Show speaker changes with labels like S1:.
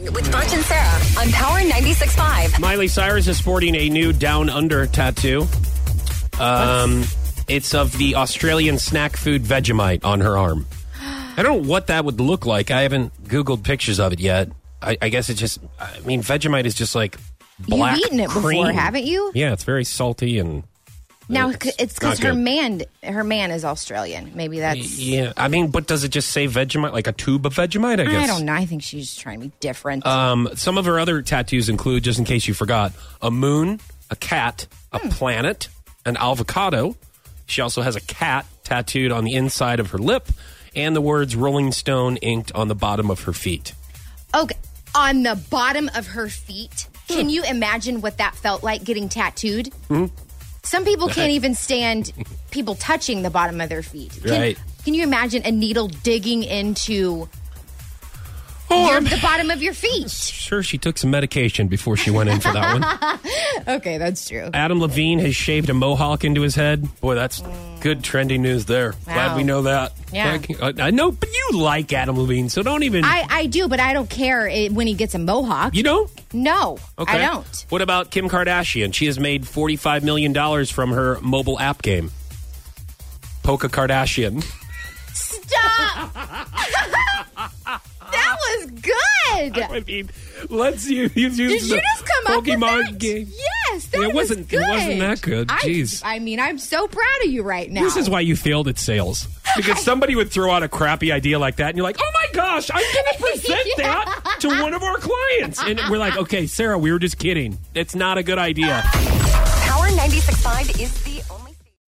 S1: with Birch and Sarah on Power 96.5.
S2: Miley Cyrus is sporting a new down under tattoo. Um, it's of the Australian snack food Vegemite on her arm. I don't know what that would look like. I haven't Googled pictures of it yet. I, I guess it's just, I mean, Vegemite is just like black.
S3: You've eaten it before,
S2: cream.
S3: haven't you?
S2: Yeah, it's very salty and.
S3: Now
S2: It's
S3: c- it's
S2: not
S3: because
S2: good.
S3: her man, her man is Australian. Maybe that's.
S2: Yeah, I mean, but does it just say Vegemite? Like a tube of Vegemite, I guess.
S3: I don't know. I think she's trying to be different.
S2: Um, some of her other tattoos include, just in case you forgot, a moon, a cat, a planet, an avocado. She also has a cat tattooed on the inside of her lip, and the words Rolling Stone inked on the bottom of her feet.
S3: okay, on the bottom of her feet. Can you imagine what that felt like getting tattooed?
S2: Hmm?
S3: Some people can't even stand people touching the bottom of their feet. Can,
S2: Right.
S3: can you imagine a needle digging into your, the bottom of your feet?
S2: Sure, she took some medication before she went in for that one.
S3: Okay, that's true.
S2: Adam Levine has shaved a mohawk into his head. Boy, that's good trendy news there. Glad
S3: Mm. Wow.
S2: we know that.
S3: Yeah.
S2: Thank you. I I know, but you like Adam Levine, so don't even.
S3: I, I do, but I don't care eh, when he gets a mohawk.
S2: you don't?
S3: no, I don't.
S2: What about Kim Kardashian? She has made $45 million from her mobile app game. Poka Kardashian.
S3: Stop! that was good.
S2: I mean, let's use, use
S3: Did you just come up with
S2: Pokemon
S3: that?
S2: game.
S3: Yes, that
S2: It
S3: was
S2: wasn't-
S3: good.
S2: it wasn't that good.
S3: I-
S2: Jeez.
S3: I, mean, I'm so proud of you right now.
S2: This is why you failed at sales. Because somebody would throw out a crappy idea like that, and you're like, oh my gosh, I'm going to present
S3: Yeah.
S2: that to one of our clients. And we're like, okay, Sarah, we were just kidding. It's not a good idea.
S1: Power 96.5 is the